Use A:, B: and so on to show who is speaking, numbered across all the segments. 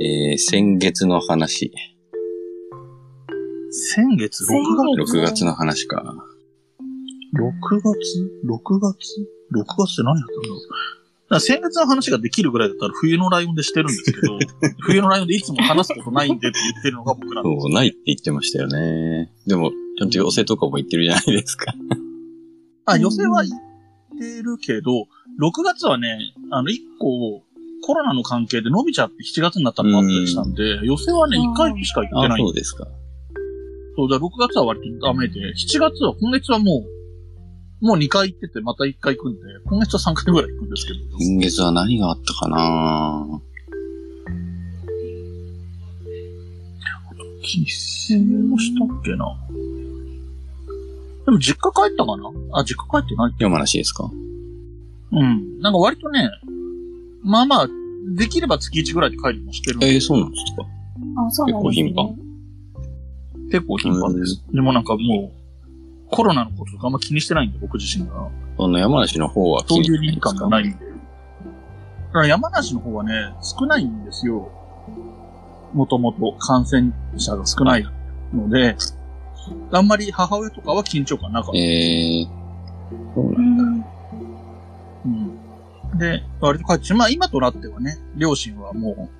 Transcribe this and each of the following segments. A: えー、先月の話。
B: 先月 ?6
C: 先月
A: 6月の話か。
B: 月 ?6 月 ?6 月 ?6 月って何やったんだろう。だから先月の話ができるぐらいだったら冬のライオンでしてるんですけ ど、冬のライオンでいつも話すことないんでって言ってるのが僕なんです。
A: そう、ないって言ってましたよね。でも、ちゃんと寄せとかも言ってるじゃないですか。
B: あ、予選は行ってるけど、6月はね、あの、1個、コロナの関係で伸びちゃって7月になったのもあったりしたんで、予選はね、
C: うん
B: 1回しか行って
A: あ、
B: ない
A: そうですか。
B: そう、だから6月は割とダメで、7月は、今月はもう、もう2回行ってて、また1回行くんで、今月は3回ぐらい行くんですけど。
A: 今月は何があったかな
B: 帰省もしたっけな。でも実家帰ったかなあ、実家帰ってない
A: 山梨ですか
B: うん。なんか割とね、まあまあ、できれば月1ぐらいで帰りもしてるんで
A: えー、そうなんですか
C: あ、そうなんですね。
A: 結構頻
B: 結構頻繁です。でもなんかもう、コロナのこととかあんま気にしてないんで、僕自身が。
A: その山梨の方は
B: そう
A: 気に
B: いう
A: 入
B: 臨
A: って
B: 感がないんで。だから山梨の方はね、少ないんですよ。もともと感染者が少ないので、あんまり母親とかは緊張感なかった。
A: えー、そうなん
C: うん。
B: うん、で、割と帰ってしまあ今となってはね、両親はもう、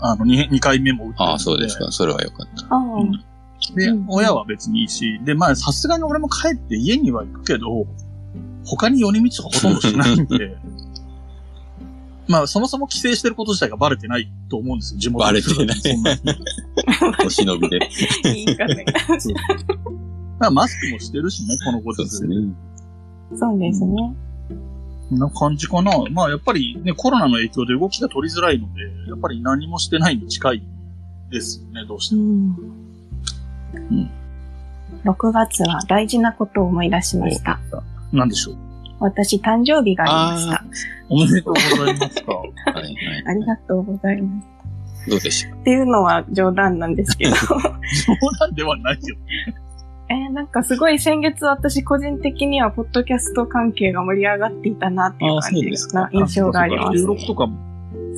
B: あの2、二回目も打ってるの
A: ああ、そうです。か。それはよかった。
C: ああ、
B: で
C: うん、
B: 親は別にいいし、で、まあ、さすがに俺も帰って家には行くけど、他に寄り道とかほとんどしないんで、 まあ、そもそも帰省してること自体がバレてないと思うんですよ、地元の人
A: バレてない
B: そん な
A: お忍びで。
C: いい言 い方が。
B: まあ、マスクもしてるしね、このご
A: そうで
B: 時
A: す
B: 世。
A: ね。
C: そうですね。
B: こんな感じかな。まあ、やっぱりね、コロナの影響で動きが取りづらいので、やっぱり何もしてないに近いですよね、どうして
C: う
B: も。
C: ん。6月は大事なことを思い出しました。
B: なんでしょう。
C: 私、誕生日がありました。
B: おめでとうございます か。
A: はいはい。
C: ありがとうございます。
A: どうでした
C: っていうのは冗談なんですけど。
B: 冗談ではないよ。
C: えーなんかすごい先月私個人的にはポッドキャスト関係が盛り上がっていたなっていう感
A: あそうです
C: じ
A: か
C: な印象があります
B: 収。録とかも。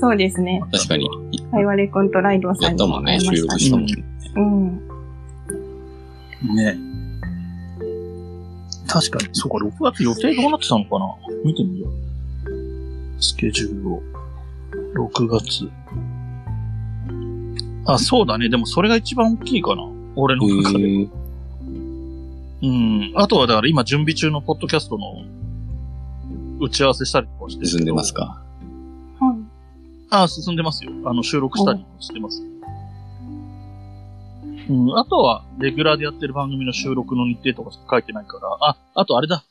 C: そうですね。
A: 確かに。
C: ハイワレコンとライドウ
A: や
C: さん
A: っ
C: に
A: た
C: も
A: もん
C: 会
A: ね。
C: いま
A: 収
C: した
A: 録
C: ね。
A: したもんね。
C: うん。
B: ね確かに。そうか、6月予定どうなってたのかな見てみよう。スケジュールを。6月。あ、そうだね。でもそれが一番大きいかな。俺の中で。
A: へえ
B: うん。あとはだから今準備中のポッドキャストの打ち合わせしたりとかしてるけど
A: 進んでますか
C: はい
B: あ、進んでますよ。あの、収録したりもしてます。うん、あとは、レギュラーでやってる番組の収録の日程とかしか書いてないから、あ、あとあれだ。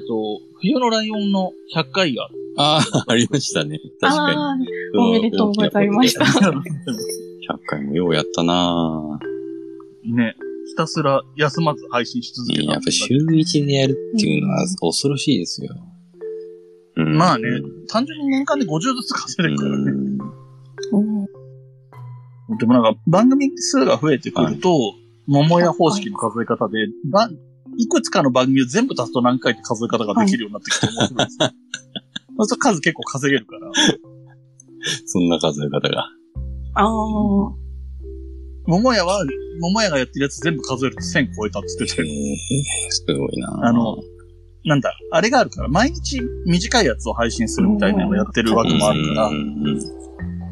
B: えっと、冬のライオンの100回が、
A: ああ、ありましたね。確かに。
C: あーおめでとうございました
A: 100回もようやったなぁ。
B: ね、ひたすら休まず配信し続け
A: いや
B: た
A: やっぱ週一でやるっていうのは恐ろしいですよ。うん
B: まあね単純に年間で50ずつ稼いでくからね。
A: うん
C: あ。うん。
B: でもなんか、番組数が増えてくると、桃屋方式の数え方で、ばいくつかの番組を全部足すと何回って数え方ができるようになってきて面白いです。そうすると数結構稼げるから。
A: そんな数え方 が。
C: ああ。
B: 桃屋は、桃屋がやってるやつ全部数えると1000超えたって言
A: え
B: ってて、
A: ー、すごいなぁ
B: あの、なんだ、あれがあるから、毎日短いやつを配信するみたいなのをやってるわけもあるから
A: う、んうんうん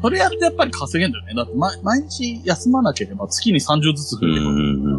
B: それやってやっぱり稼げんだよね。だって、ま、毎日休まなければ月に30ずつ
A: う
B: 増えてくる。
A: んうん